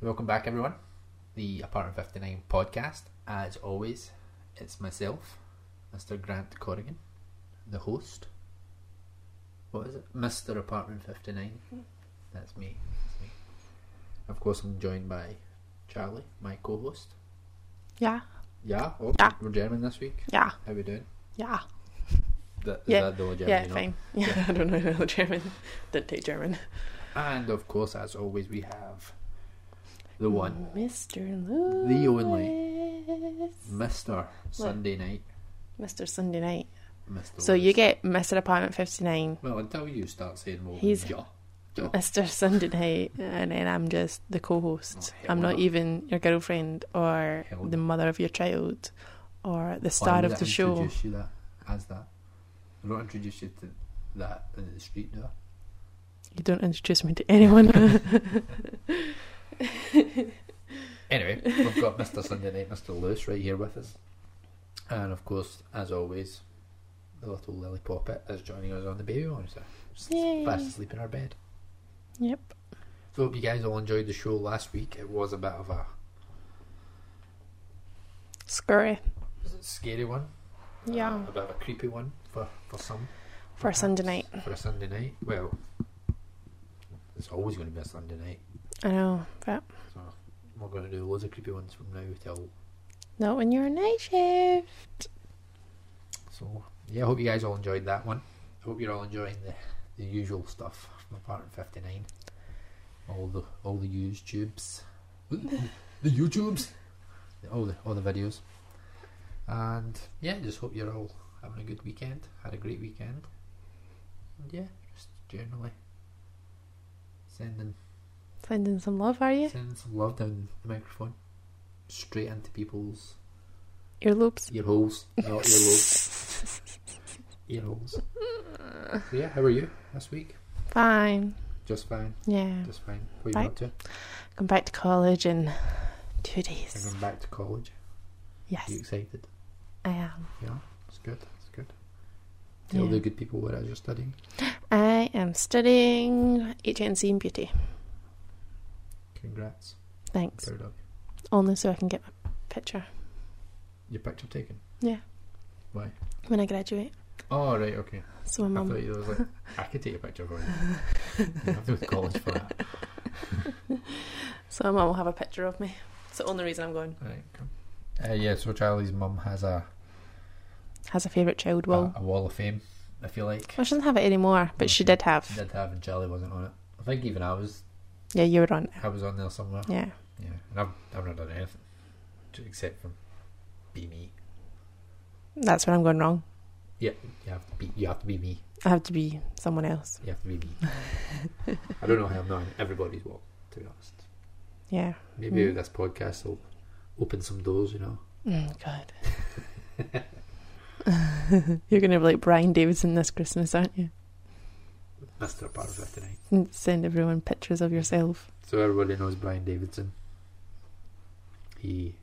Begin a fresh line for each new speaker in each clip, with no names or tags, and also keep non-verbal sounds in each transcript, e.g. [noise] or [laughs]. Welcome back, everyone. The Apartment 59 podcast. As always, it's myself, Mr. Grant Corrigan, the host. What is it? Mr. Apartment 59. That's me. That's me. Of course, I'm joined by Charlie, my co host.
Yeah,
Yeah, oh,
Yeah.
we're German this week.
yeah,
How we doing?
yeah.
That, is
Yeah.
that the only German
yeah,
you know?
fine. [laughs] Yeah, I don't know another German. Didn't take German.
And of course, as always, we have the one,
Mr.
The
Lewis. only.
Mr. Sunday Night.
Mr. Sunday Night.
Mr.
So you
Lewis.
get Mr. Apartment 59,
Well, until you start saying, well,
He's-
yeah, yeah.
Mr. Sunday Night, and then I'm just the co
Oh,
host.
hell
I'm not
no.
even your girlfriend or
Hell
the
no.
mother of your child or the
Why
star
would
of
I
the show.
Introduce you that as that. I don't introduce you to that in the street now.
You don't introduce me to anyone. [laughs]
Anyway, [laughs] we've got Mr. Sunday Night, Mr. Lewis, right here with us, and of course, as always, the little Lily Poppet is joining us on the baby monitor. She's
Yay.
fast asleep in her bed.
yep.
So hope you guys all enjoyed the show last week. It was a bit of a
Scurry.
was it a scary one,
Yeah.
a bit of a creepy one for for some.
For a Sunday night.
perhaps, For a Sunday night. Well, it's always going to be a Sunday night.
I know, but
So we're going to do loads of creepy ones from now till
not when you're a night shift.
So yeah, I hope you guys all enjoyed that one. I hope you're all enjoying the, the usual stuff from Apartment Fifty Nine. All the all the YouTubes, [laughs] the YouTubes, all the all the videos, and yeah, just hope you're all having a good weekend. Had a great weekend. And yeah, just generally sending
Sending some love, are you?
sending some love down the microphone, straight into people's
Earlobes.
ear holes, not earlobes, ear holes. So yeah, how are you this week?
[laughs] Fine.
Just fine,
Yeah.
just fine. What are
Bye.
you up to?
Going back to college in two
I'm
days.
going back to college.
Yes,
Are you excited?
I am.
Yeah, it's good. It's good. Tell
Yeah.
the good people what it is you're studying.
I am studying HNC and beauty.
Congrats.
Thanks.
Proud of you.
Only so I can get my picture
Your picture taken?
Yeah.
Why?
when I graduate.
Oh, right, okay.
So my
I
mum.
thought you was like, I could take a picture for you.
[laughs]
You have to go to college for that.
So my mum will have a picture of me. It's the only reason I'm going.
Right, come. Uh, yeah, so Charlie's mum has a,
Has a favourite child
a,
wall.
a wall of fame, if you like.
Well, she doesn't have it anymore, but she
Okay.
did have.
Did have and Charlie wasn't on it. I think even I was
Yeah, you were on it.
I was on there somewhere.
Yeah.
Yeah, and I've, I've not done anything to- except from be me.
That's where I'm going wrong.
You have to be. You have to be me.
I have to be someone else.
You have to be me. I don't know how I'm not on everybody's wall. To be honest,
Yeah.
maybe
Hmm.
this podcast will open some doors. You know,
Mm, God. [laughs] You're going to be like Brian Davidson this Christmas, aren't you?
Mister Apart Fifty Nine.
And Send everyone pictures of yourself.
So everybody knows Brian Davidson. He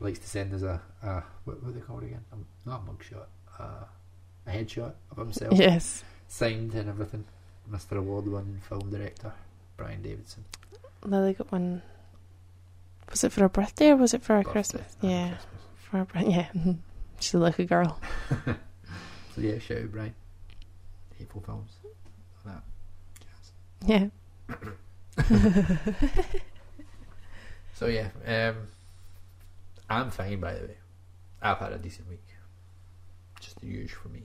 likes to send us a, a what, what are they called again? Um not a mugshot, uh, a headshot of
[laughs]
himself,
Yes.
signed and everything. Mister Award-winning film director Brian Davidson.
Lily got one. Was it for her birthday or was it for her
Birthday
Christmas?
and
Yeah.
Christmas.
For her birthday. [laughs] Yeah. She's a lucky girl.
So yeah, shout out Brian. Hateful films. All that. jazz.
Yeah.
So yeah, um, I'm fine by the way. I've had a decent week. Just the usual for me.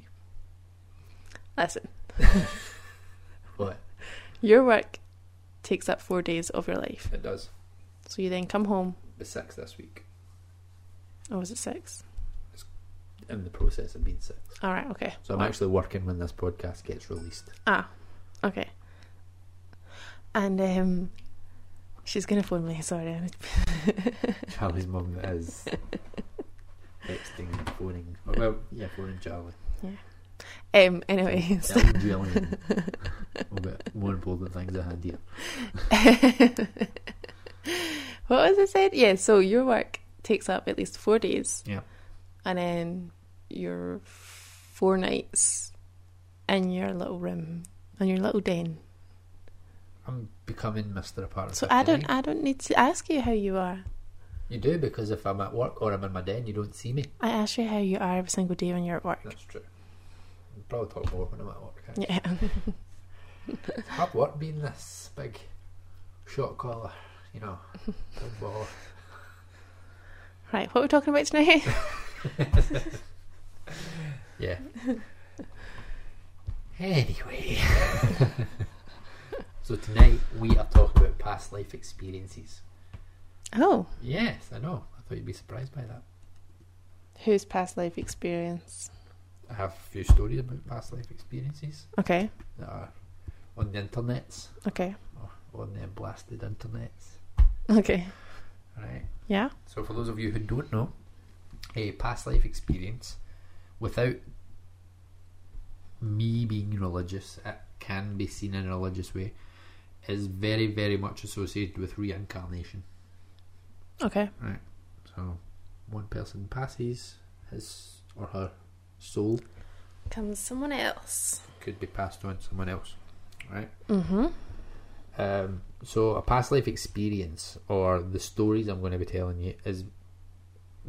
Listen,
But
your work takes up four days of your life.
it does.
So you then come home.
The six this week.
Or was it six?
In the process of being six.
All right. Okay.
So I'm
Wow.
actually working when this podcast gets
[laughs]
released.
Ah, okay. And um, she's gonna phone me. Sorry, [laughs] I'm-
Charlie's mum
[laughs]
is texting and phoning. Well, yeah, phoning Charlie.
Um, anyway, so-
Telling
[laughs]
Jillian about more important things I had here.
[laughs] what was I said? Yeah, so your work takes up at least four days.
Yeah.
And then your four nights in your little room, in your little den.
I'm becoming Mister Apartment.
So I don't
59.
I don't need to ask you how you are.
You do because if I'm at work or I'm in my den, you don't see me.
I ask you how you are every single day when you're at work.
That's true. I'll probably talk more when I'm at work. actually.
Yeah. [laughs]
It's hard work being this big shot caller. You know, Don't bother.
right, what are we talking about tonight? [laughs]
Yeah. anyway. [laughs] so tonight we are talking about past life experiences.
oh,
Yes, I know. I thought you'd be surprised by that.
whose past life experience?
I have a few stories about past life experiences
Okay,
that are on the internets,
okay,
on the blasted internets.
okay.
Right.
Yeah?
So for those of you who don't know, a past life experience, without me being religious, it can be seen in a religious way, is very, very much associated with reincarnation.
Okay.
Right. So one person passes, his or her soul
Comes someone else.
could be passed on to someone else. Right?
hmm
Um, so a past life experience or the stories I'm going to be telling you is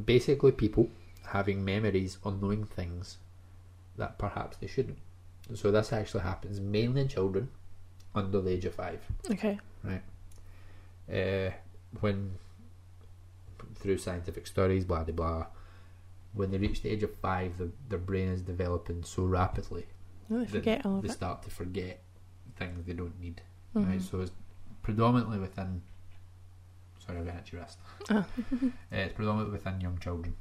basically people having memories or knowing things that perhaps they shouldn't. So this actually happens mainly in children under the age of five.
Okay.
Uh, when through scientific studies, blah blah blah, when they reach the age of five, the, their brain is developing so rapidly
No, they
that
forget all of
they
it.
start to forget things they don't need.
Mhm.
Right, so it's predominantly within. Sorry, I've been at your wrist.
Oh.
[laughs] Uh, it's predominantly within young children.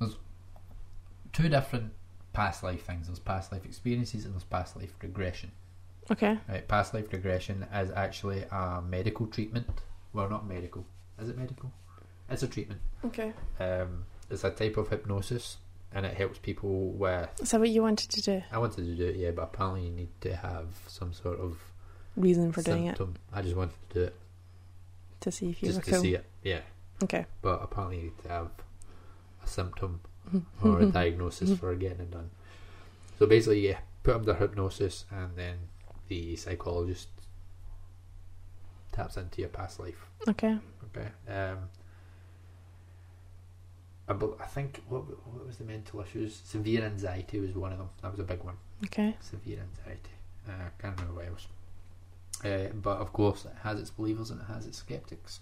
There's two different past life things. There's past life experiences and there's past life regression.
Okay.
Right, past life regression is actually a medical treatment. Well, not medical. Is it medical? It's a treatment.
Okay.
Um, it's a type of hypnosis, and it helps people with.
Is that what you wanted to do?
I wanted to do it, yeah, but apparently you need to have some sort of
Reason for doing it
symptom. I just wanted to do it.
to see if you
just
were
to
cool.
see it. Yeah,
Okay.
but apparently you need to have a
[laughs]
symptom [laughs] or a diagnosis for getting it done. So basically, yeah, put under hypnosis, and then the psychologist taps into your past life.
Okay.
Okay. Um, I, bel- I think what what was the mental issues? Severe anxiety was one of them. That was a big one.
Okay.
Severe anxiety. Uh, I can't remember what else. Uh, but of course, it has its believers and it has its skeptics,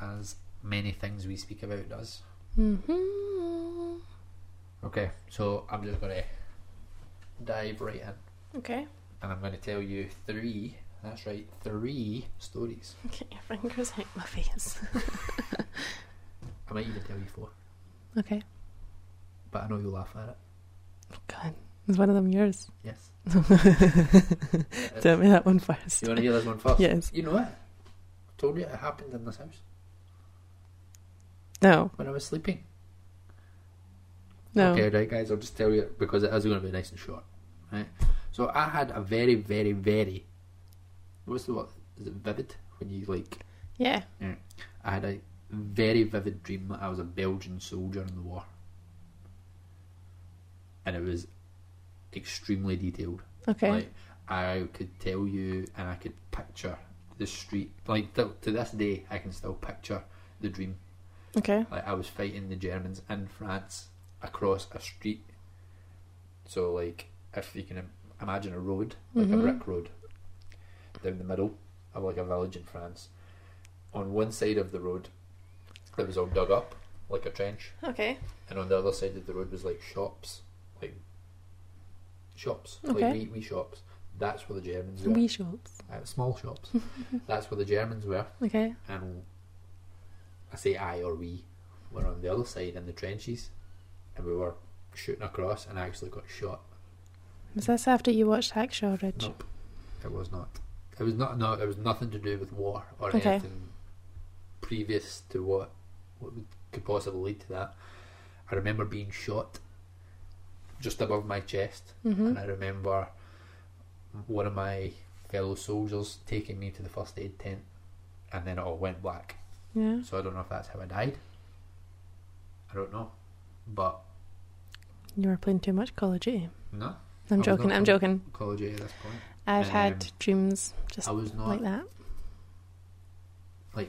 as many things we speak about does.
hmm
Okay, so I'm just going to dive right in
Okay.
and I'm going to tell you three, that's right, three stories.
Get your fingers out my face.
I might even tell you four,
Okay.
but I know you'll laugh at it.
[laughs] God. Is one of them
[laughs]
yours? [laughs]
Yes.
Tell me that one first.
You want to hear this one first?
Yes.
You know it. I told you it happened in this house
No.
when I was sleeping.
No.
Okay, right, guys, I'll just tell you because it is going to be nice and short. Right? So I had a very, very, very. What's the word? Is it vivid? When you like.
Yeah.
I had a very vivid dream that I was a Belgian soldier in the war. And it was extremely detailed.
Okay.
Like I could tell you, and I could picture the street. Like th- to this day, I can still picture the dream.
Okay.
Like I was fighting the Germans in France across a street. So like, if you can im- imagine a road, like
Mhm.
a brick road, down the middle of like a village in France. On one side of the road, it was all dug up like a trench,
Okay.
and on the other side of the road was like shops, like shops,
Okay.
like wee, wee shops. That's where the Germans were.
Wee shorts.
Uh, small shops.
[laughs]
That's where the Germans were,
Okay.
and I say I or we were on the other side in the trenches, and we were shooting across, and I actually got shot.
Was this after you watched Hacksaw Ridge?
Nope, it was not. It was not. No, it was nothing to do with war or
Okay.
anything previous to what what would- could possibly lead to that. I remember being shot just above my chest,
Mm-hmm.
and I remember one of my fellow soldiers taking me to the first aid tent, and then it all went black.
Yeah.
So I don't know if that's how I died. I don't know, but
You were playing too much Call of Duty.
no.
I'm
Oh,
joking.
no.
I'm joking.
Call of Duty at this point.
I've
Um,
had dreams just
I was not
like
like,
that.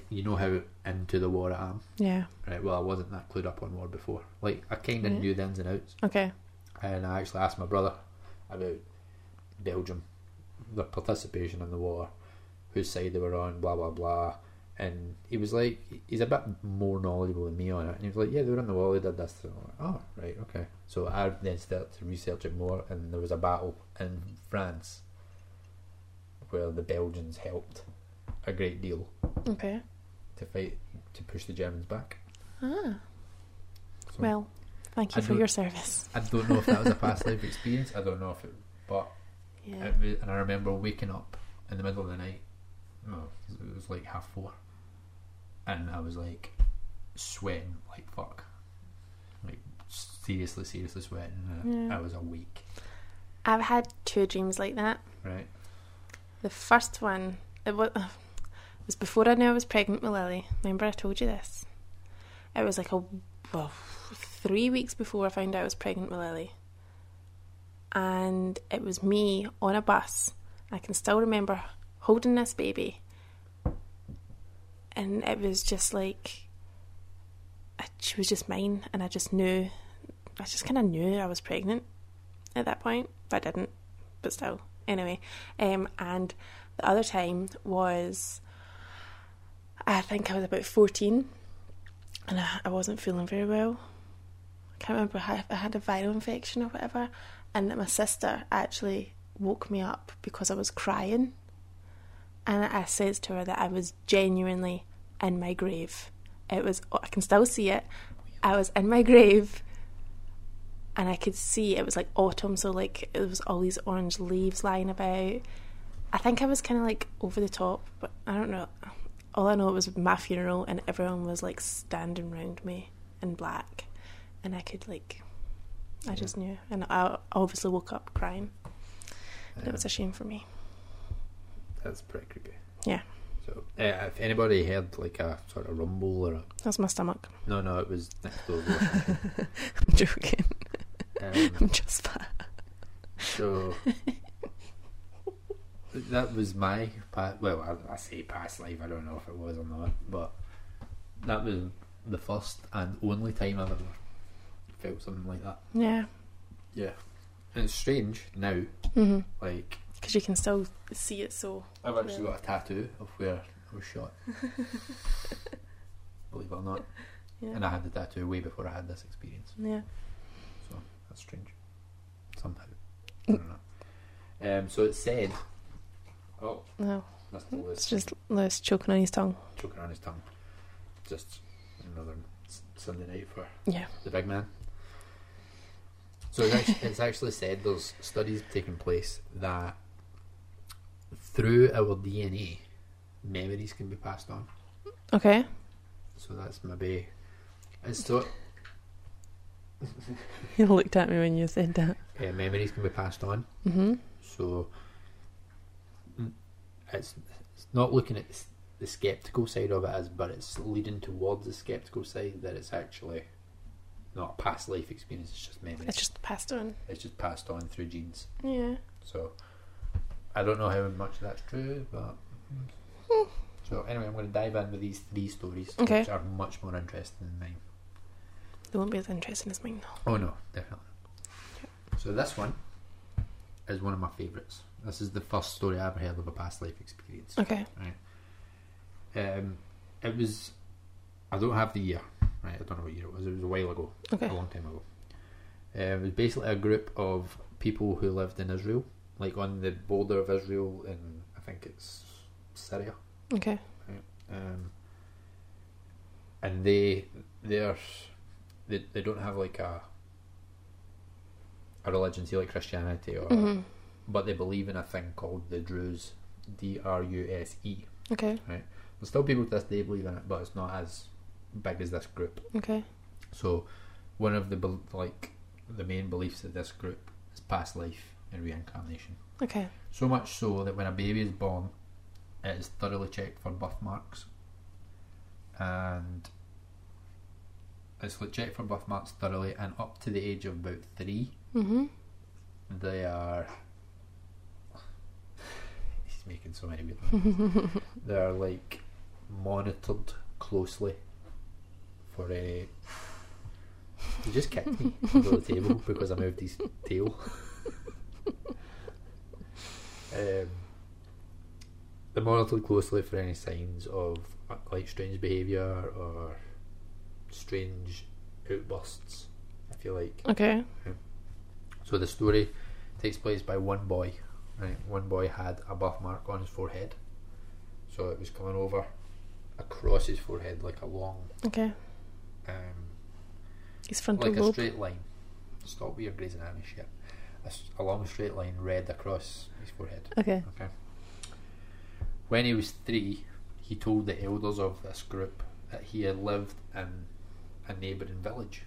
you know how into the war I am.
Yeah.
Right, well, I wasn't that clued up on war before. Like I kind of
Right.
knew the ins and outs,
Okay.
and I actually asked my brother about Belgium, their participation in the war, whose side they were on, blah blah blah. And he was like, he's a bit more knowledgeable than me on it. And he was like, yeah, they were in the war, they did this. And I'm like, oh, right, okay. So I then started to research it more, and there was a battle in France where the Belgians helped a great deal
Okay.
to fight to push the Germans back.
Ah.
So-
Well, thank you
I
for
don't-
your service.
I don't know if that was a past life experience. I don't know if it, but
Yeah.
it was, and I remember waking up in the middle of the night. No, it was like half four, and I was like sweating like fuck, like seriously, seriously sweating. and
Yeah.
I was awake,
I've had two dreams like that.
right?
The first one, [sighs] it was, it was before I knew I was pregnant with Lily. Remember, I told you this. It was like a well, three weeks before I found out I was pregnant with Lily, and it was me on a bus. I can still remember holding this baby, and it was just like I, she was just mine, and I just knew. I just kind of knew I was pregnant at that point, but I didn't. But still, anyway, um, and the other time was, I think I was about 14 and I, I wasn't feeling very well. I can't remember, I, I had a viral infection or whatever, and my sister actually woke me up because I was crying. And I said to her that I was genuinely in my grave. It was, oh, I can still see it. I was in my grave and I could see it was like autumn, so like it was all these orange leaves lying about. I think I was kind of like over the top, but I don't know. All I know was my funeral, and everyone was like standing round me in black, and I could like, I just knew, and I obviously woke up crying. It was a shame for me.
That's pretty creepy.
Yeah.
So uh, if anybody heard like a sort of rumble or a
That's my stomach.
no, no, it was next door. or something.
[laughs] I'm joking.
um,
I'm [laughs] just fat.
So that was my past. Well, I, I say past life. I don't know if it was or not, but that was the first and only time I've ever felt something like that.
Yeah,
Yeah, and it's strange now.
hmm
Like
because you can still see it. So
I've actually
Yeah.
got a tattoo of where I was
[laughs]
shot. Believe it or not,
yeah,
and I had the tattoo way before I had this experience.
yeah.
So that's strange. Somehow, I don't know. Um, so it said, "Oh,
No,
that's the
Hmm,
list."
it's just Lewis choking on his tongue.
choking on his tongue. Just another s- Sunday night for
Yeah.
the big man. So it's actually, it's actually said there's studies taking place that through our DNA, memories can be passed on.
Okay.
So that's maybe it's so
[laughs] He looked at me when you said that.
uh, memories can be passed on.
hmm
So mm, it's, it's not looking at s- the skeptical side of it as, but it's leading towards the skeptical side that it's actually not a past life experience. It's just memory.
It's just passed on.
It's just passed on through genes.
Yeah.
So I don't know how much that's true, but. So anyway, I'm going to dive in with these three stories,
Okay.
which are much more interesting than mine.
They won't be as interesting as mine though.
Oh no, definitely. So this one is one of my favourites. This is the first story I ever heard of a past life experience.
Okay.
Um, it was. I don't have the year. Right, I don't know what year it was. It was a while ago,
Okay.
a long time ago. Um, it was basically a group of people who lived in Israel, like on the border of Israel and I think it's Syria.
Okay.
Um, and they they're they, they don't have like a a religion, say like Christianity, or
hmm
but they believe in a thing called the Druze, D R U S E.
Okay.
There's still people to this day believe in it, but it's not as big as this group.
Okay.
So, one of the bel- like the main beliefs of this group is past life and reincarnation.
Okay.
So much so that when a baby is born, it is thoroughly checked for birthmarks, and it's like checked for birthmarks thoroughly, and up to the age of about three,
Mm-hmm.
they are making so many weird noises. they are like monitored closely for a. He just kicked me [laughs] under the table because I moved his tail. um, they monitored closely for any signs of uh, like strange behaviour or strange outbursts, if you like.
Okay.
So the story takes place by one boy. Right, one boy had a birthmark on his forehead, so it was coming over across his forehead like a long,
Okay.
um,
His frontal
like a
lobe.
straight line. Stop with your Grey's Anatomy shit. A, s- a long straight line red across his forehead.
Okay.
Okay. When he was three, he told the elders of this group that he had lived in a neighbouring village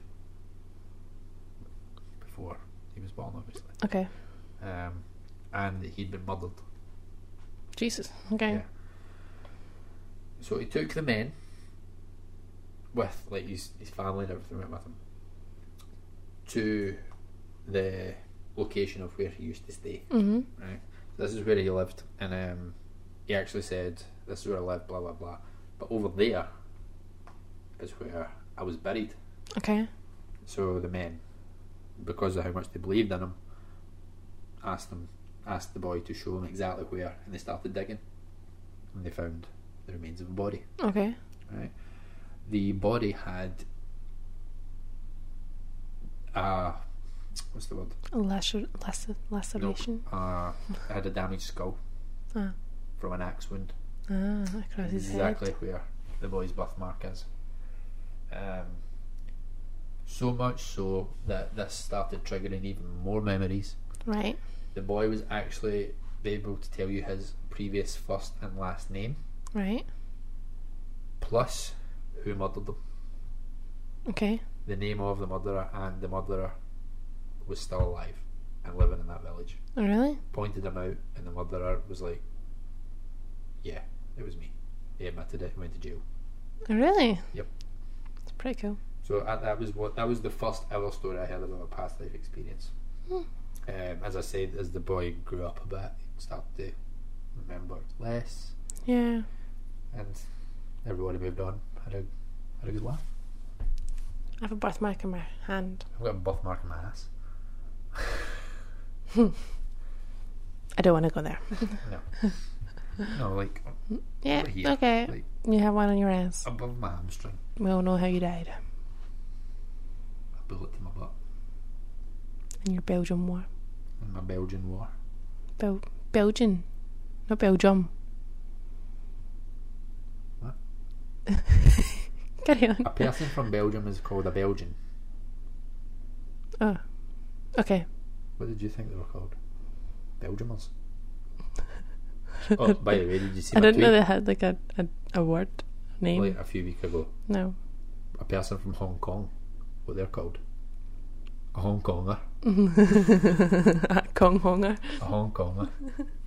before he was born, obviously,
Okay.
um, and that he'd been murdered.
Jesus. Okay.
Yeah. So he took the men with like his, his family and everything went with him to the location of where he used to stay.
Mhm.
Right. This is where he lived and um, he actually said, This is where I lived, blah blah blah. But over there is where I was buried.
Okay.
So the men, because of how much they believed in him, asked them, asked the boy to show them exactly where, and they started digging, and they found the remains of a body.
Okay.
Right, the body had a what's the word?
A lacer- lacer- laceration.
Uh, had a damaged skull
Ah.
from an axe wound.
Ah, across his
exactly
head.
where the boy's birthmark is. Um, so much so that this started triggering even more memories.
Right.
The boy was actually able to tell you his previous first and last name,
Right.
plus who murdered them,
Okay.
the name of the murderer, and the murderer was still alive and living in that village.
Oh, really?
Pointed him out, and the murderer was like, Yeah, it was me. He admitted it and went to jail.
Oh, really?
Yep.
It's pretty cool.
So uh, that was what that was the first ever story I heard about a past life experience.
Hmm.
Um, as I said, as the boy grew up a bit, he started to remember less,
Yeah.
and everybody moved on. Had a had a good laugh.
I have a birthmark on my hand.
I've got a birthmark on my ass.
I don't want to go there. [laughs]
No, like
Yeah.
Over here.
Okay.
Like-
You have one on your ass.
above my hamstring,
We all know how you died
a bullet to my butt
in your Belgium war.
in my Belgian war.
Bel- Belgian. Not Belgium.
What?
[laughs] Carry on.
A person from Belgium is called a Belgian.
Oh. Okay.
What did you think they were called? Belgiumers. oh, by the way, did you see
I
my
didn't know
tweet
they had like a, a, a word name.
like a few weeks ago?
no. [laughs]
a person from Hong Kong, what they're called. A Hong Konger.
Ah, Kong Honger.
A Hong
[laughs]
Konger.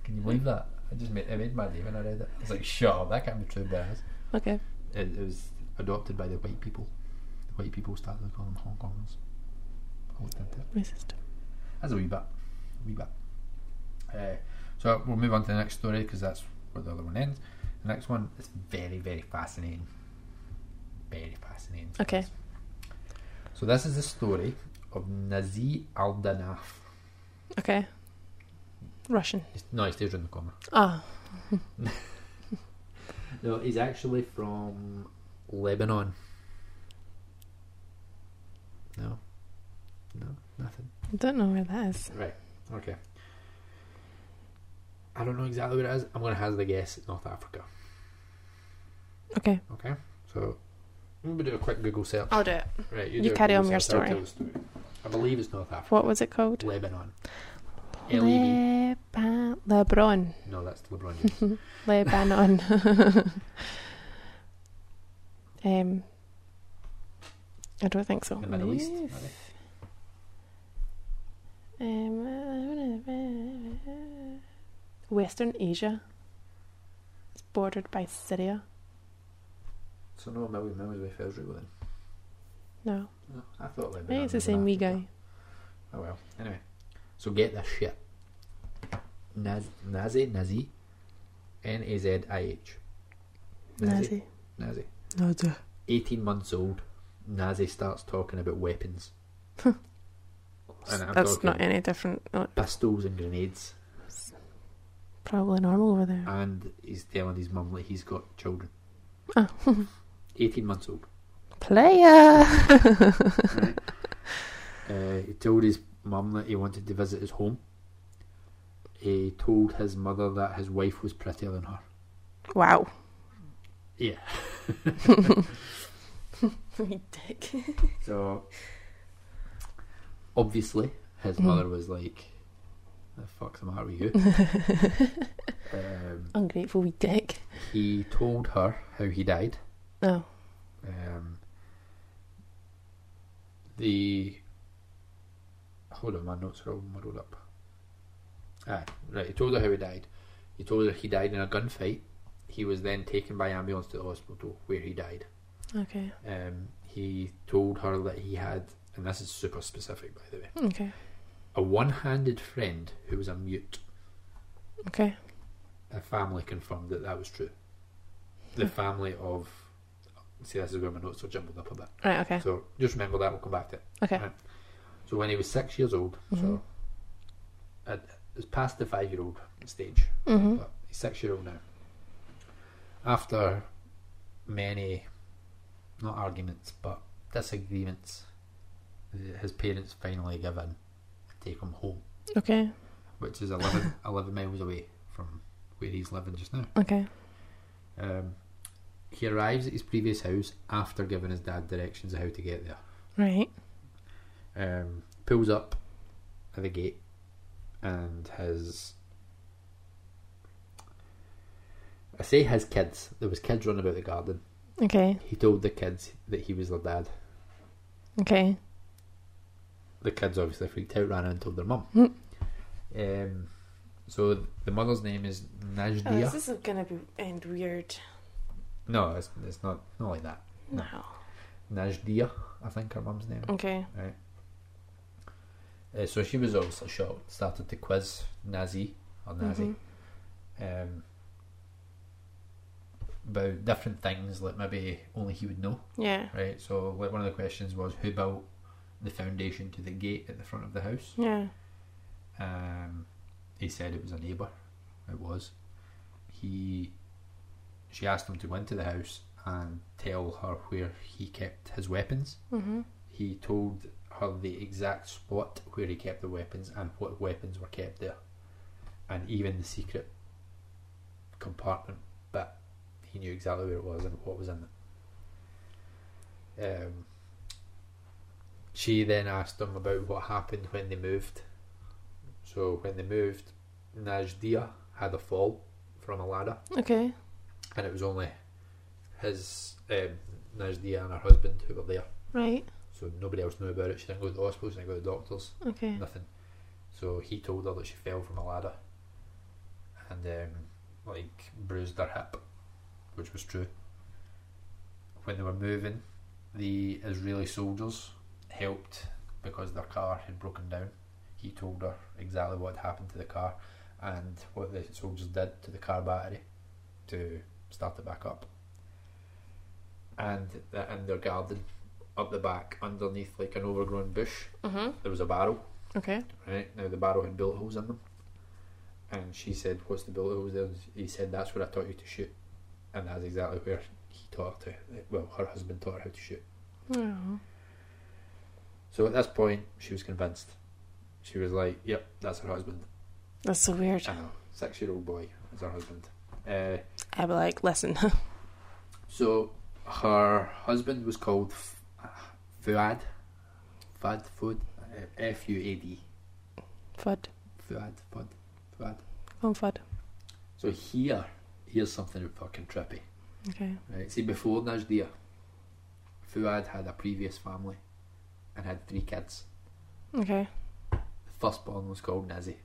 Can you believe that? I just made, I made my day when I read it. I was like, shut up, that can't be true, but it is.
Okay.
It, it was adopted by the white people. The white people started calling them Hong Kongers. I looked into it.
Racist.
That's a wee bit. A wee bit. Uh, so we'll move on to the next story because that's where the other one ends. The next one is very, very fascinating. Very fascinating.
Okay.
So this is the story of Nazi Aldanaf.
Okay. Russian.
He's- No, he stays around the corner.
Ah.
No, he's actually from Lebanon. No. No, nothing.
I don't know where that is.
Right. Okay. I don't know exactly what it is. I'm going to hazard a guess. It's North Africa.
Okay.
Okay. So, I'm going to do a quick Google search.
I'll do it.
Right.
Oh, you
do a
carry
Google
on your
search. I'll tell
story.
the I believe it's North Africa.
What was it called?
Lebanon. L E B.
Lebanon. Lebron.
No, that's LeBron James.
e [laughs] Lebanon. um, I don't think so.
the Middle East.
Yes.
Right.
Um, Western Asia. It's bordered by Syria.
So, no, Milky Milky Way for Israel then.
No,
No, I thought Lebanon.
I think it's the
was
same wee
Africa.
guy.
Oh well. Anyway, so get this shit. Naz, Nazi, Nazi, N A Z I H.
Nazi.
Nazi.
Nazi.
18 months old, Nazi starts talking about weapons. and I'm
That's
talking
not any different. uh,
pistols and grenades.
Probably normal over there.
And he's telling his mum that he's got children. [laughs]
Oh.
18 months old.
Player!
right? uh, he told his mum that he wanted to visit his home. He told his mother that his wife was prettier than her.
Wow. [laughs]
Yeah.
You dick.
So obviously, his
Hmm.
mother was like, "The fuck's the matter with you?"
[laughs]
um,
Ungrateful wee dick.
he told her how he died.
Oh.
Um, the hold on, my notes are all muddled up. Ah, right. He told her how he died. He told her he died in a gunfight. He was then taken by ambulance to the hospital where he died.
Okay.
Um, he told her that he had, and this is super specific, by the way.
Okay.
a one-handed friend who was a mute.
Okay.
The family confirmed that that was true. The family of see, this is where my notes are jumbled up a bit.
Right, okay.
So just remember that. We'll come back to it.
Okay.
Right. So when he was six years old,
Mhm.
so it was past the five-year-old stage.
Mm-hmm.
But he's six year old now. After many, not arguments, but disagreements, th- his parents finally give in, and take him home.
Okay.
which is 11, 11 miles away from where he's living just now.
Okay.
Um, he arrives at his previous house after giving his dad directions of how to get
Right.
there. Um, pulls up at the gate, and his. I say his kids. There was kids running about the garden.
Okay.
He told the kids that he was their dad.
Okay.
the kids obviously freaked out, ran in and told their mum.
Hmm.
um, so the mother's name is
Oh,
Najdia.
This is gonna be end weird.
no, it's, it's not not like that.
No.
Najdia, I think her mum's name.
Okay.
Uh, so she was obviously shocked, started to quiz Nazi or Nazi um, about different things that maybe only he would know,
Yeah.
right? So like one of the questions was who built the foundation to the gate at the front of the house?
Yeah.
Um, he said it was a neighbour. It was. He. She asked him to go into the house and tell her where he kept his weapons.
Mm-hmm.
he told her the exact spot where he kept the weapons and what weapons were kept there, and even the secret compartment. But he knew exactly where it was and what was in them. Um, she then asked him about what happened when they moved. So when they moved, Najdia had a fall from a ladder
Okay.
and it was only his um, Najdia and her husband who were there.
Right.
So nobody else knew about it. She didn't go to the hospital. She didn't go to the doctors.
Okay.
Nothing. So he told her that she fell from a ladder, and um, like bruised her hip, which was true. When they were moving, the Israeli soldiers helped because their car had broken down. He told her exactly what had happened to the car, and what the soldiers did to the car battery to start it back up. And the- in their garden, up the back, underneath like an overgrown bush,
Mm-hmm.
there was a barrel.
Okay.
Right now, the barrel had bullet holes in them, and she said, "What's the bullet holes?" There, he said, "That's where I taught you to shoot," and that's exactly where he taught her to. Well, her husband taught her how to shoot.
Oh.
So at this point, she was convinced. She was like, "Yep, that's her husband."
That's so weird.
I know, six-year-old boy is her husband. Uh,
I'd be like, listen. [laughs]
so her husband was called F- Fuad. Fad, Fud, uh, F U A D.
Fud.
Fuad, Fud, Fuad.
Oh, Fud.
So here, here's something fucking trippy.
Okay.
Right. See, before Najdia, Fuad had a previous family and had three kids.
Okay.
The firstborn was called Nazi.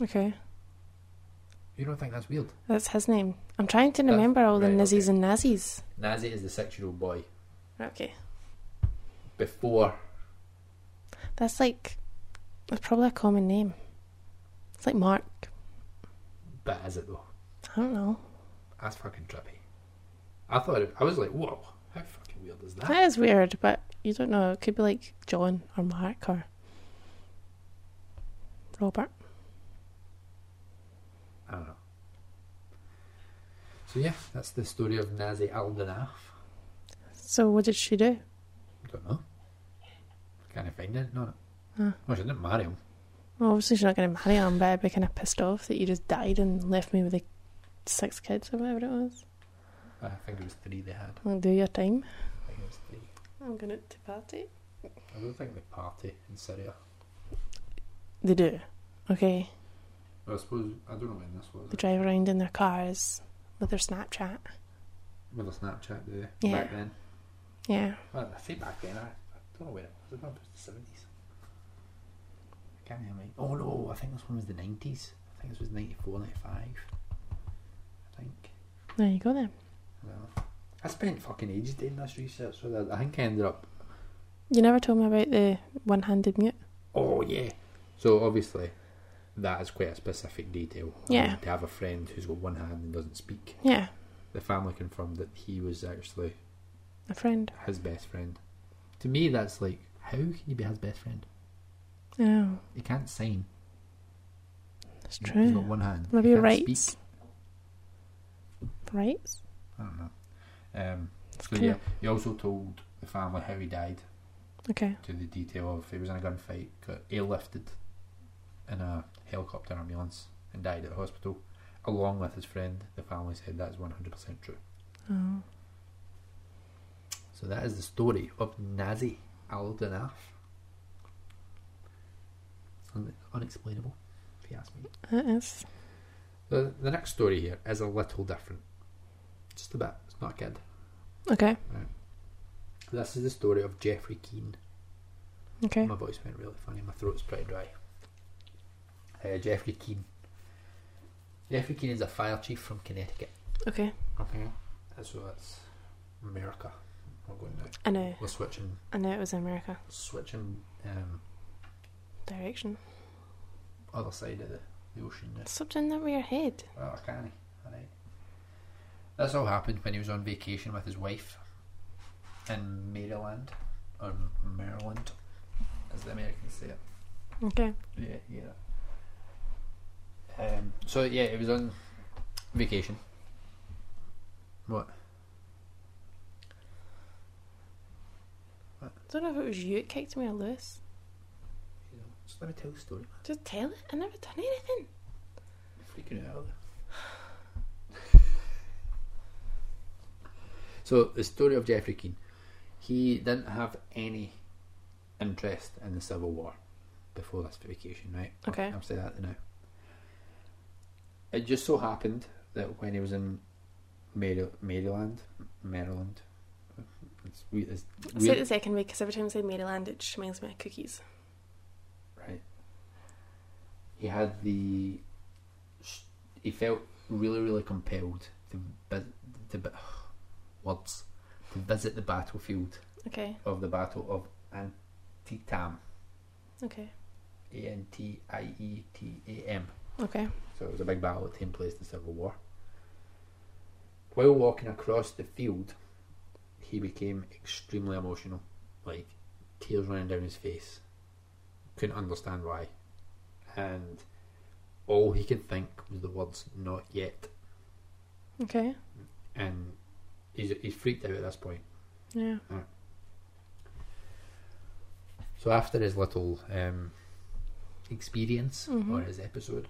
Okay.
You don't think that's weird?
That's his name. I'm trying to
That's-
remember all the
right,
nizzies
okay.
and nazzies.
Nazi is the six year old boy.
Okay.
Before,
That's like, that's probably a common name. It's like Mark.
But is it though?
I don't know.
That's fucking trippy. I thought it, I was like, whoa, how fucking weird is that?
That is weird, but you don't know. It could be like John or Mark or Robert.
I don't know. So yeah, that's the story of Nazi Al Danaf.
So what did she do?
Don't know. Can't find it. No.
Huh.
Well, she didn't marry him.
Well, obviously she's not going to marry him, but I'd be kind of pissed off that you just died and left me with the six kids or whatever it was.
I think it was three they had.
I'll do your time.
I think it was three.
I'm going to party.
I don't think they party in Syria.
They do. Okay.
I suppose I don't know when this was.
They drive around in their cars with their Snapchat.
With a Snapchat, do they?
Yeah.
Back then.
Yeah.
Well, I say back then. I, I don't know where it was. I don't know if it was the seventies. I can't remember. Oh no, I think this one was the nineties. I think this was 94, 95. I think.
There you go then.
No. I spent fucking ages doing this research. So that I think I ended up
You never told me about the one-handed mute.
Oh yeah. So obviously, that is quite a specific detail. I
Yeah.
mean, to have a friend who's got one hand and doesn't speak.
Yeah,
The family confirmed that he was actually
a friend.
his best friend. To me, that's like, how can you be his best friend?
Oh,
He can't sign.
that's
He's got
true.
one hand.
Maybe
he
your
can't
rights.
Speak.
Rights?
I don't know. Um,
It's
so
kinda-
yeah, he also told the family how he died
Okay.
to the detail of he was in a gunfight, got airlifted in a helicopter ambulance, and died at the hospital, along with his friend. The family said that's one hundred percent true.
Oh.
So that is the story of Nazi Al Danaf. Un- unexplainable, if you ask me.
That is.
The, the next story here is a little different. Just a bit. It's not a kid.
Okay.
This is the story of Jeffrey Keane.
Okay.
My voice went really funny. My throat's pretty dry. Uh, Jeffrey Keane. Jeffrey Keane is a fire chief from Connecticut.
Okay.
Okay. So that's America. We're going now.
I know.
We're switching,
I know it was America.
switching um,
Direction.
other side of the, the ocean now.
Something that your head.
Well, can he? Alright. This all happened when he was on vacation with his wife in Maryland, or Maryland, as the Americans say it.
Okay.
Yeah, yeah. Um, so yeah, he was on vacation. What?
I don't know if it was you that kicked me or Lewis.
Just let me tell the story, man.
Just tell it. I never done anything.
Freaking out. so the story of Jeffrey Keane. He didn't have any interest in the Civil War before this vacation, right?
Okay.
I'll say that now. It just so happened that when he was in Mary- Maryland, Maryland, it's, we- it's
I say it
weird,
the second way because every time I say Maryland, it just reminds me of cookies.
right? He had the. He felt really, really compelled to vi- to vi- [sighs] words to visit the battlefield
Okay.
of the Battle of Antietam,
Okay.
A N T I E T A M.
Okay.
So it was a big battle that took place in the Civil War. While walking across the field, he became extremely emotional, like tears running down his face. Couldn't understand why. And all he could think was the words not yet.
Okay.
And he's, he's freaked out at this point.
Yeah.
So after his little um, experience
Mhm.
or his episode,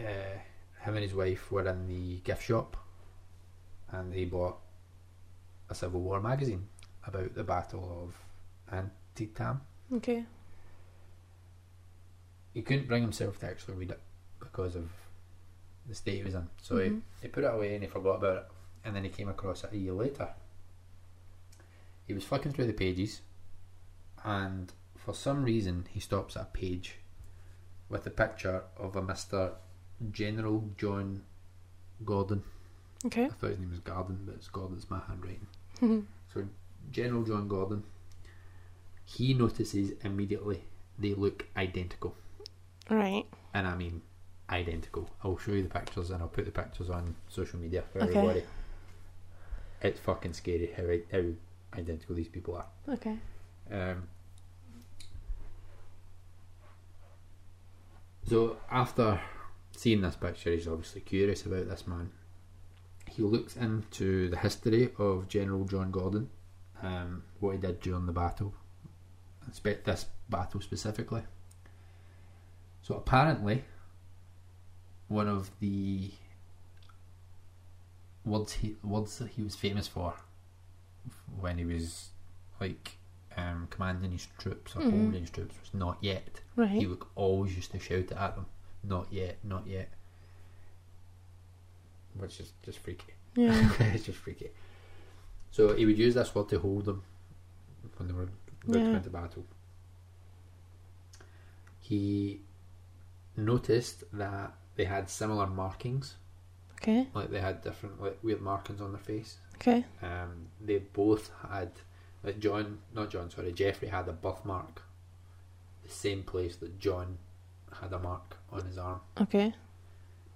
uh, him and his wife were in the gift shop, and they bought a Civil War magazine about the Battle of Antietam.
Okay.
He couldn't bring himself to actually read it because of the state he was in, so he,
Mhm.
he put it away and he forgot about it. And then he came across it a year later. He was flicking through the pages, and for some reason he stops at a page with a picture of a Mister General John Gordon. I
Okay. [laughs]
thought his name was Gordon, but it's Gordon's my handwriting. So General John Gordon. He notices immediately they look identical,
All right.
and I mean identical. I'll show you the pictures and I'll put the pictures on social media for
Okay.
everybody. It's fucking scary how i- how identical these people are.
Okay.
Um, so after seeing this picture, he's obviously curious about this man. He looks into the history of General John Gordon, um, what he did during the battle, expect this battle specifically. So apparently, one of the words he words that he was famous for when he was like um, commanding his troops or
Mhm.
holding his troops was not yet. He
Right.
would always used to shout it at them, not yet, not yet. Which is just freaky.
Yeah.
[laughs] it's just freaky. So he would use this word to hold them when they were about to
Yeah.
go into battle. He noticed that they had similar markings,
Okay.
like they had different like, weird markings on their face.
Okay.
Um, they both had, like John, not John, sorry, Jeffrey had a birthmark, the same place that John had a mark on his arm.
Okay.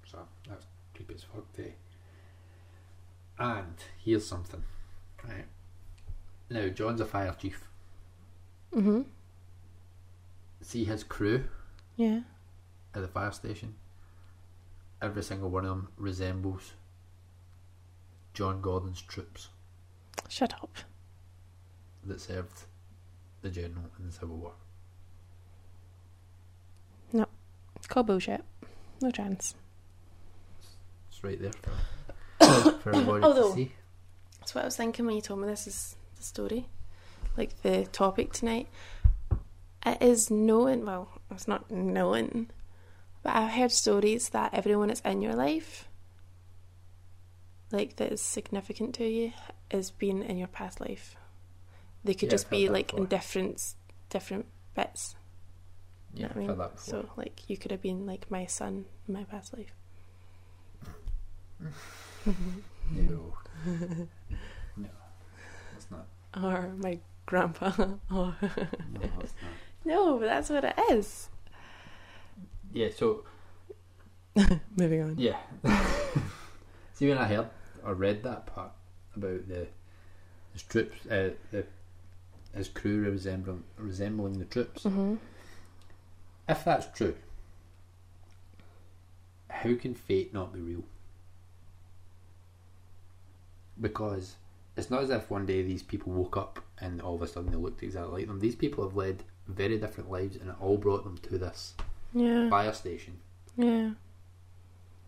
So that's creepy as fuck day. And here's something. Right. Now John's a fire chief.
Mm-hmm.
See his crew
Yeah.
at the fire station? Every single one of them resembles John Gordon's troops
Shut up.
that served the general in the Civil War.
Call bullshit. No chance.
It's right there
[coughs]
for, for everybody
Although-
to see.
That's what I was thinking when you told me this is the story, like the topic tonight. It is known, well, it's not known, but I've heard stories that everyone that's in your life, like that is significant to you, is being in your past life. They could
Yeah,
just
I've heard
be
that
like in
before.
different, s- different bits.
Yeah,
I mean,
for that before.
so like you could have been like my son in my past life.
No. [laughs] no. That's not.
or my grandpa [laughs]
[laughs] No,
or
that's not.
no but that's what it is
Yeah, so
moving on
Yeah. [laughs] See, when I heard or read that part about the his troops, uh, the, his crew resembling resembling the troops,
hmm
if that's true, how can fate not be real? Because it's not as if one day these people woke up and all of a sudden they looked exactly like them. These people have led very different lives, and it all brought them to this
yeah
fire station.
yeah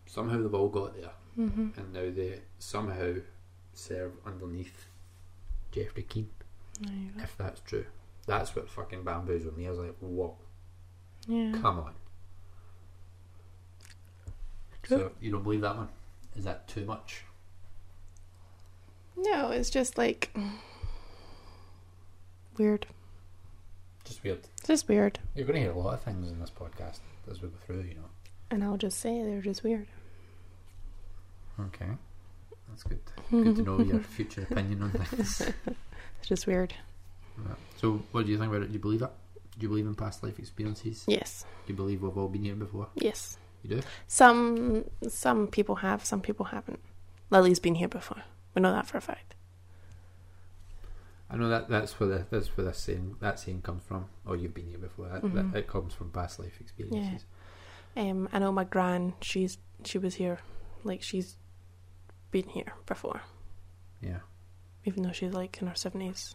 Somehow they've all got there.
mm-hmm.
and now they somehow serve underneath Jeffrey Keane.
there you go
If that's true, that's what fucking bamboozled me. I was like, "Whoa,
yeah
come on!" So
True.
you don't believe that one? Is that too much?
no it's just like weird
Just weird.
it's just weird
You're going to hear a lot of things in this podcast as we go through. You know.
and I'll just say they're just weird
Okay, that's good. Good to know [laughs] your future opinion on things.
it's just weird
So, what do you think about it? Do you believe it? Do you believe in past life experiences?
yes
Do you believe we've all been here before?
yes
You do?
some some people have some people haven't Lily's been here before we know that for a fact
I know that that's where the, that's where this saying that saying comes from. Oh, you've been here before. That,
Mhm.
that it comes from past life experiences.
Um, I know my gran. She's she was here, like she's been here before,
Yeah.
even though she's like in her seventies.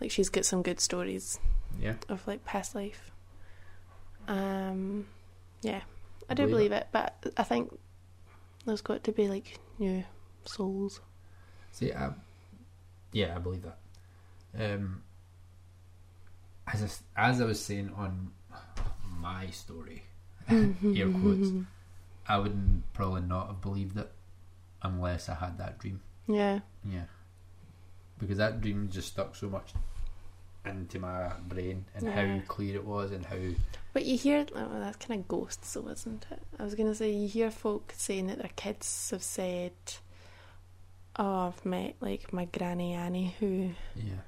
Like she's got some good stories
yeah,
of like past life. Um, yeah, I do
Believe
believe it, but I think there's got to be like new souls.
See, I, yeah, I believe that. Um, as I, s- as I was saying on my story,
[laughs] Mm-hmm.
air quotes, I would n- probably not have believed it unless I had that dream.
Yeah,
Yeah, because that dream just stuck so much into my brain and
Yeah.
how clear it was and how
but you hear oh, that's kind of ghosts, though, isn't it? I was gonna say you hear folk saying that their kids have said, "Oh, I've met like my granny Annie who."
yeah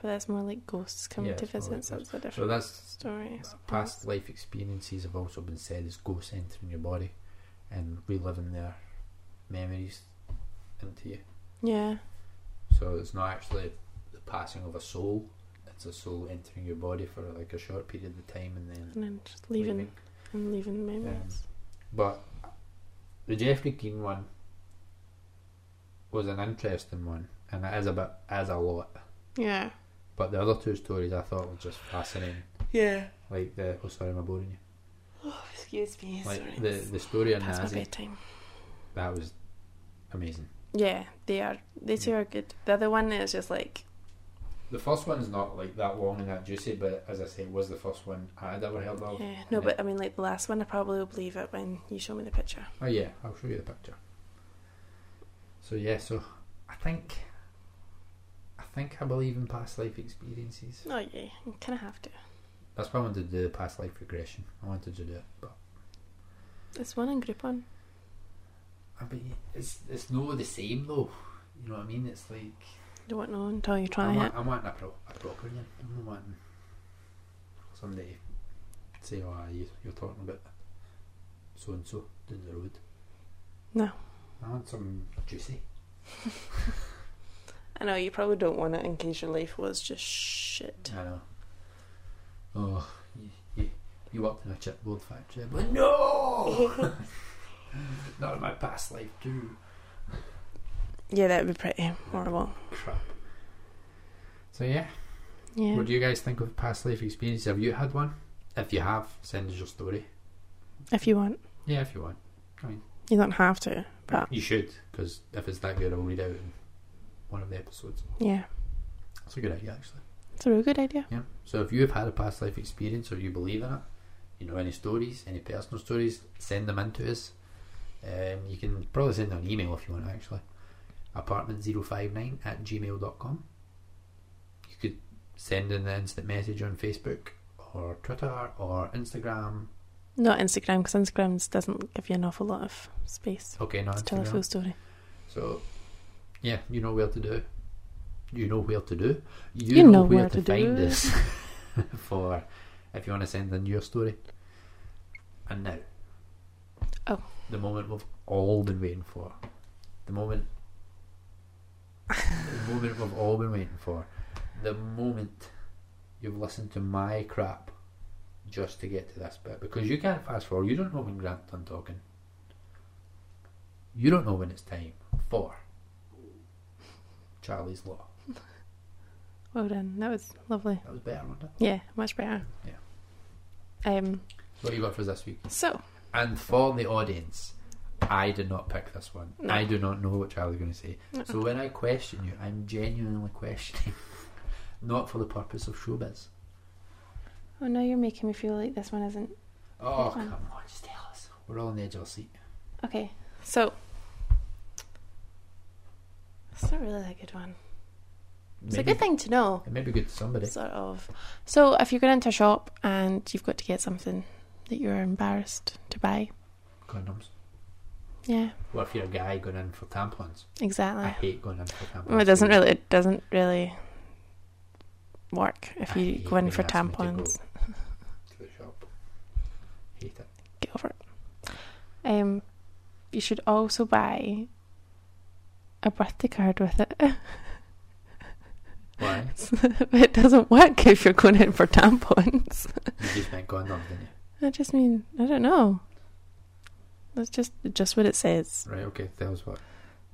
But that's more like ghosts coming
Yeah,
to
it's more
visit,
like
so it's a
So
different
that's
story. I suppose.
past life experiences have also been said as ghosts entering your body and reliving their memories into you.
Yeah,
So it's not actually the passing of a soul; it's a soul entering your body for like a short period of time and then
and then just leaving
leaving.
and leaving memories.
But the Jeffrey Keane one was an interesting one, and it is a bit is a lot.
yeah,
But the other two stories I thought were just fascinating.
yeah.
Like the oh sorry, am I boring you?
Oh, excuse me. sorry.
Like the the story on
past my
Nazi
bedtime.
that was amazing.
Yeah, they are. They two are good. The other one is just like
The first one's not like that long and that juicy, but as I say, it was the first one I had ever heard of.
yeah. No,
and
but I mean, like the last one, I probably will believe it when you show me the picture.
Oh yeah, I'll show you the picture. So yeah, so I think I think I believe in past life experiences.
Oh yeah, you kind of have to.
That's why I wanted to do the past life regression. I wanted to do it, but
It's one and group one.
I mean, it's it's no the same though. You know what I mean? It's like
You don't know until you try
I'm,
it.
want, I'm wanting a, pro- a proper one. I'm not wanting somebody to say, "Oh, aye, you, you're talking about so and so down the road."
No.
I want something juicy.
I know you probably don't want it in case your life was just shit.
I know. Oh, you, you, you worked in a chipboard factory, but
[laughs]
no, not in my past life too.
Yeah, that would be pretty horrible.
Crap. So yeah,
Yeah.
what do you guys think of past life experiences? Have you had one? If you have, send us your story.
If you want,
Yeah, if you want,
you don't have to, but
you should because if it's that good, I'll read out in one of the episodes.
yeah,
It's a good idea, actually.
it's a real good idea.
Yeah. So if you have had a past life experience or you believe in it, you know any stories, any personal stories, send them in to us. Um, you can probably send an email if you want actually. Apartment059 at gmail.com. You could send in an instant message on Facebook or Twitter or Instagram.
Not Instagram, because Instagram doesn't give you an awful lot of space
Okay, not
to tell a
Instagram.
full story.
So yeah, you know where to do. You know where to do. You,
You
know,
know
where,
where
to,
to
find
do.
us [laughs] for if you want to send in your story. And now.
Oh.
The moment we've all been waiting for. The moment the moment we've all been waiting for. The moment you've listened to my crap just to get to this bit. Because you can't fast forward. You don't know when Grant's done talking. You don't know when it's time for Charlie's Law.
Well done. That was lovely.
That was better, wasn't it?
Yeah, much better.
Yeah.
Um.
What you got for us this week?
So
And for the audience, I did not pick this one.
No.
I do not know what Charlie's going to say.
No.
So when I question you, I'm genuinely questioning, [laughs] not for the purpose of showbiz.
Oh, now you're making me feel like this one isn't.
Oh,
Which one?
come on, just tell us. We're all on the edge of our seat.
Okay, so. It's not really a good one. It's a
Maybe-
good thing to know,
It may be good to somebody.
sort of. So, if you're going into a shop and you've got to get something that you're embarrassed to buy,
Condoms.
yeah,
What if you're a guy going in for tampons? I
exactly.
hate going in for tampons.
Oh. Well, it doesn't really. It doesn't really work if
I
you
hate
go in
when
for
they ask me to go.
tampons.
To the shop. Hate it.
Get over it. Um, you should also buy a birthday card with it. [laughs]
Why?
it doesn't work if you're going in for tampons.
You just meant condoms, didn't you?
I just mean I don't know. That's just just what it says.
Right, okay, tell us what.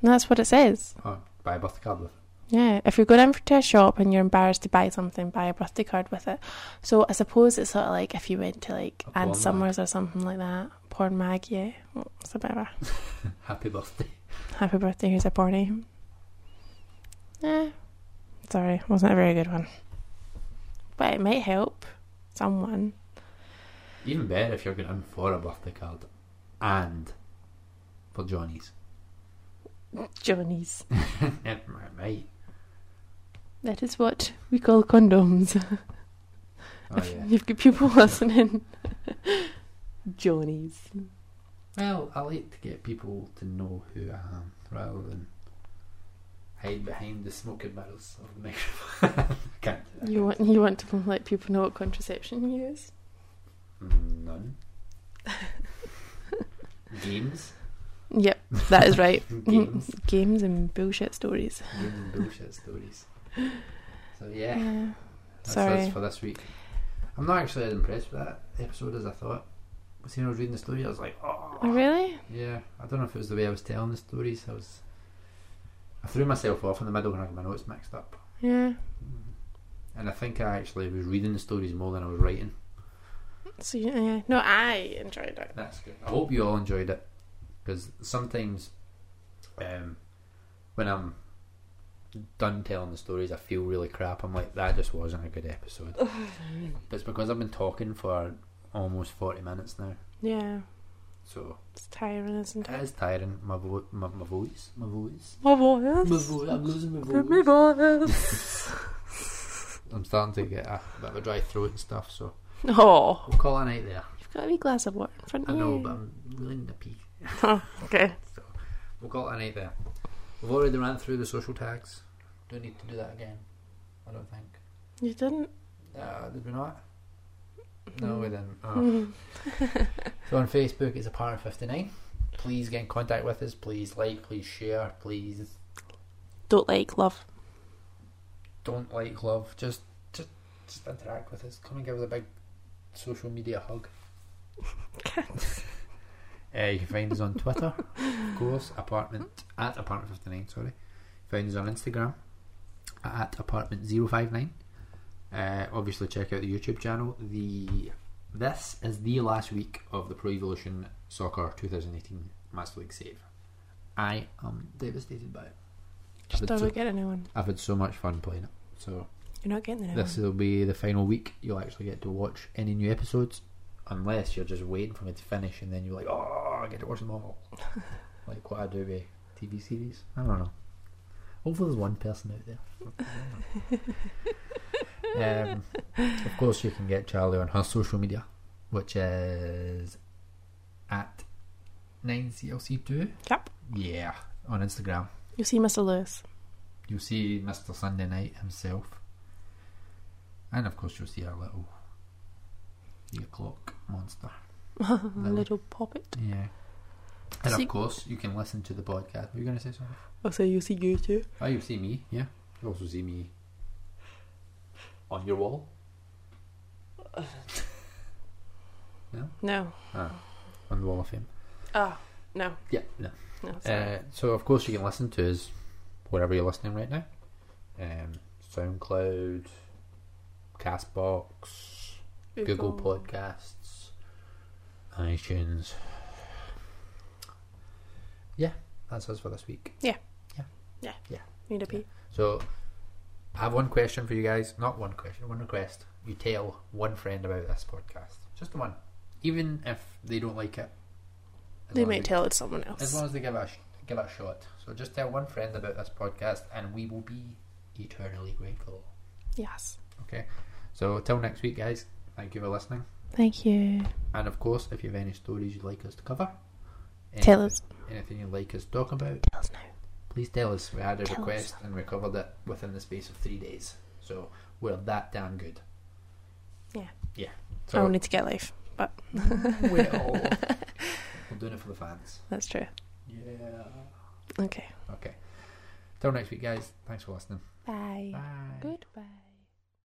And that's what it says.
Oh, buy a birthday card with it.
Yeah, if you're going in for to a shop and you're embarrassed to buy something, buy a birthday card with it. So I suppose it's sort of like if you went to like
A porn
Anne
mag.
Summers or something like that, porn mag. Yeah, Well, it's a bit of a
Happy birthday.
happy birthday. Here's a party. Yeah, sorry, wasn't a very good one, but it might help someone.
Even better if you're going in for a birthday card and for [laughs] Johnny's.
Johnny's.
Never mind, mate.
That is what we call condoms.
Oh, yeah.
[laughs] You've got people listening. Johnny's.
Well, I like to get people to know who I am rather than hide behind the smoking mirrors of the microphone. [laughs] Can't do that.
You want you want to let people know what contraception you use?
Mm,
[laughs]
None. Games. [laughs]
Yep, that is right.
Games.
[laughs] Games and bullshit stories.
Games and bullshit stories. So yeah.
Yeah.
That's
Sorry.
us for this week. I'm not actually as impressed with that episode as I thought. As soon as I was reading the story, I was like, oh.
Oh, really?
Yeah, I don't know if it was the way I was telling the stories. I was. I threw myself off in the middle when I got my notes mixed up.
Yeah.
And I think I actually was reading the stories more than I was writing.
So you- yeah, no, I
[sighs]
enjoyed it.
That's good. I hope you all enjoyed it. Because sometimes um, when I'm done telling the stories, I feel really crap. I'm like, that just wasn't a good episode. but it's because I've been talking for almost 40 minutes now.
Yeah,
So
it's tiring, isn't it?
it is tiring. My, vo- my, my voice. My voice.
My voice.
My voice. I'm losing my
My
voice.
voice.
I'm starting to get a bit of a dry throat and stuff. So
[laughs] oh,
we'll call it a night there.
you've got a wee glass of water in front
I
of you.
know, but
[laughs]
I'm really in a pee.
okay.
We'll call it a night there. We've already ran through the social tags. Don't need to do that again. I don't think.
You didn't.
Uh, did we not? No, we didn't. Oh.
Mm. Hmm.
so on Facebook, it's a power fifty nine. Please get in contact with us. Please like. Please share. Please
Don't like love.
don't like love. Just, just, just interact with us. Come and give us a big social media hug. uh, you can find us on Twitter, [laughs] of course. Apartment at apartment fifty nine. Sorry. Find us on Instagram at apartment 059 Uh, obviously, check out the YouTube channel. The this is the last week of the Pro Evolution Soccer 2018 Master League save. I am devastated by it. I've
Just
had
don't
so-
get a new one.
I've had so much fun playing it. So
You're not getting the new
this
one.
will be the final week you'll actually get to watch any new episodes, unless you're just waiting for me to finish and then you're like, oh, I get to watch them all. like what I do with TV series. I don't know. Hopefully, there's one person out there. um, of course, you can get Charlie on her social media, which is at 9CLC2.
Yep.
Yeah, on Instagram.
You see, Mr. Lewis.
You'll see Mr. Sunday Night himself. And of course, you'll see our little the clock
[laughs]
monster. Lily.
little poppet.
Yeah. And
See-
of course, you can listen to the podcast. Were you going to say something?
I'll say you see you too.
Oh, you'll see me, yeah. You'll also see me on your wall.
No.
Ah, on the Wall of Fame.
Ah, no.
Yeah, no.
No, sorry.
Uh, so, of course, you can listen to us wherever you're listening right now um, SoundCloud, Castbox, Google Podcasts, iTunes. Yeah, that's us for this week.
Need a pee.
So, I have one question for you guys. Not one question, one request. You tell one friend about this podcast. Just the one. Even if they don't like it. As
They
long
might
as
tell it to someone
As
else.
long as they give it, a sh- give it a shot. So, just tell one friend about this podcast, and we will be eternally grateful.
Yes.
Okay? So, till next week, guys. Thank you for listening.
Thank you.
And of course, if you have any stories you'd like us to cover,
Tell
anything-
us.
anything you'd like us to talk about,
Tell us now.
please tell us. We had a
Tell
request and we covered it within the space of three days, so we're that damn good.
Yeah. Oh,
Yeah.
I
So
will need to get a life, but
[laughs] we're
[laughs]
all we're doing it for the fans.
that's true.
Yeah.
Okay.
Okay. Till next week, guys. Thanks for listening.
Bye.
Bye.
Goodbye.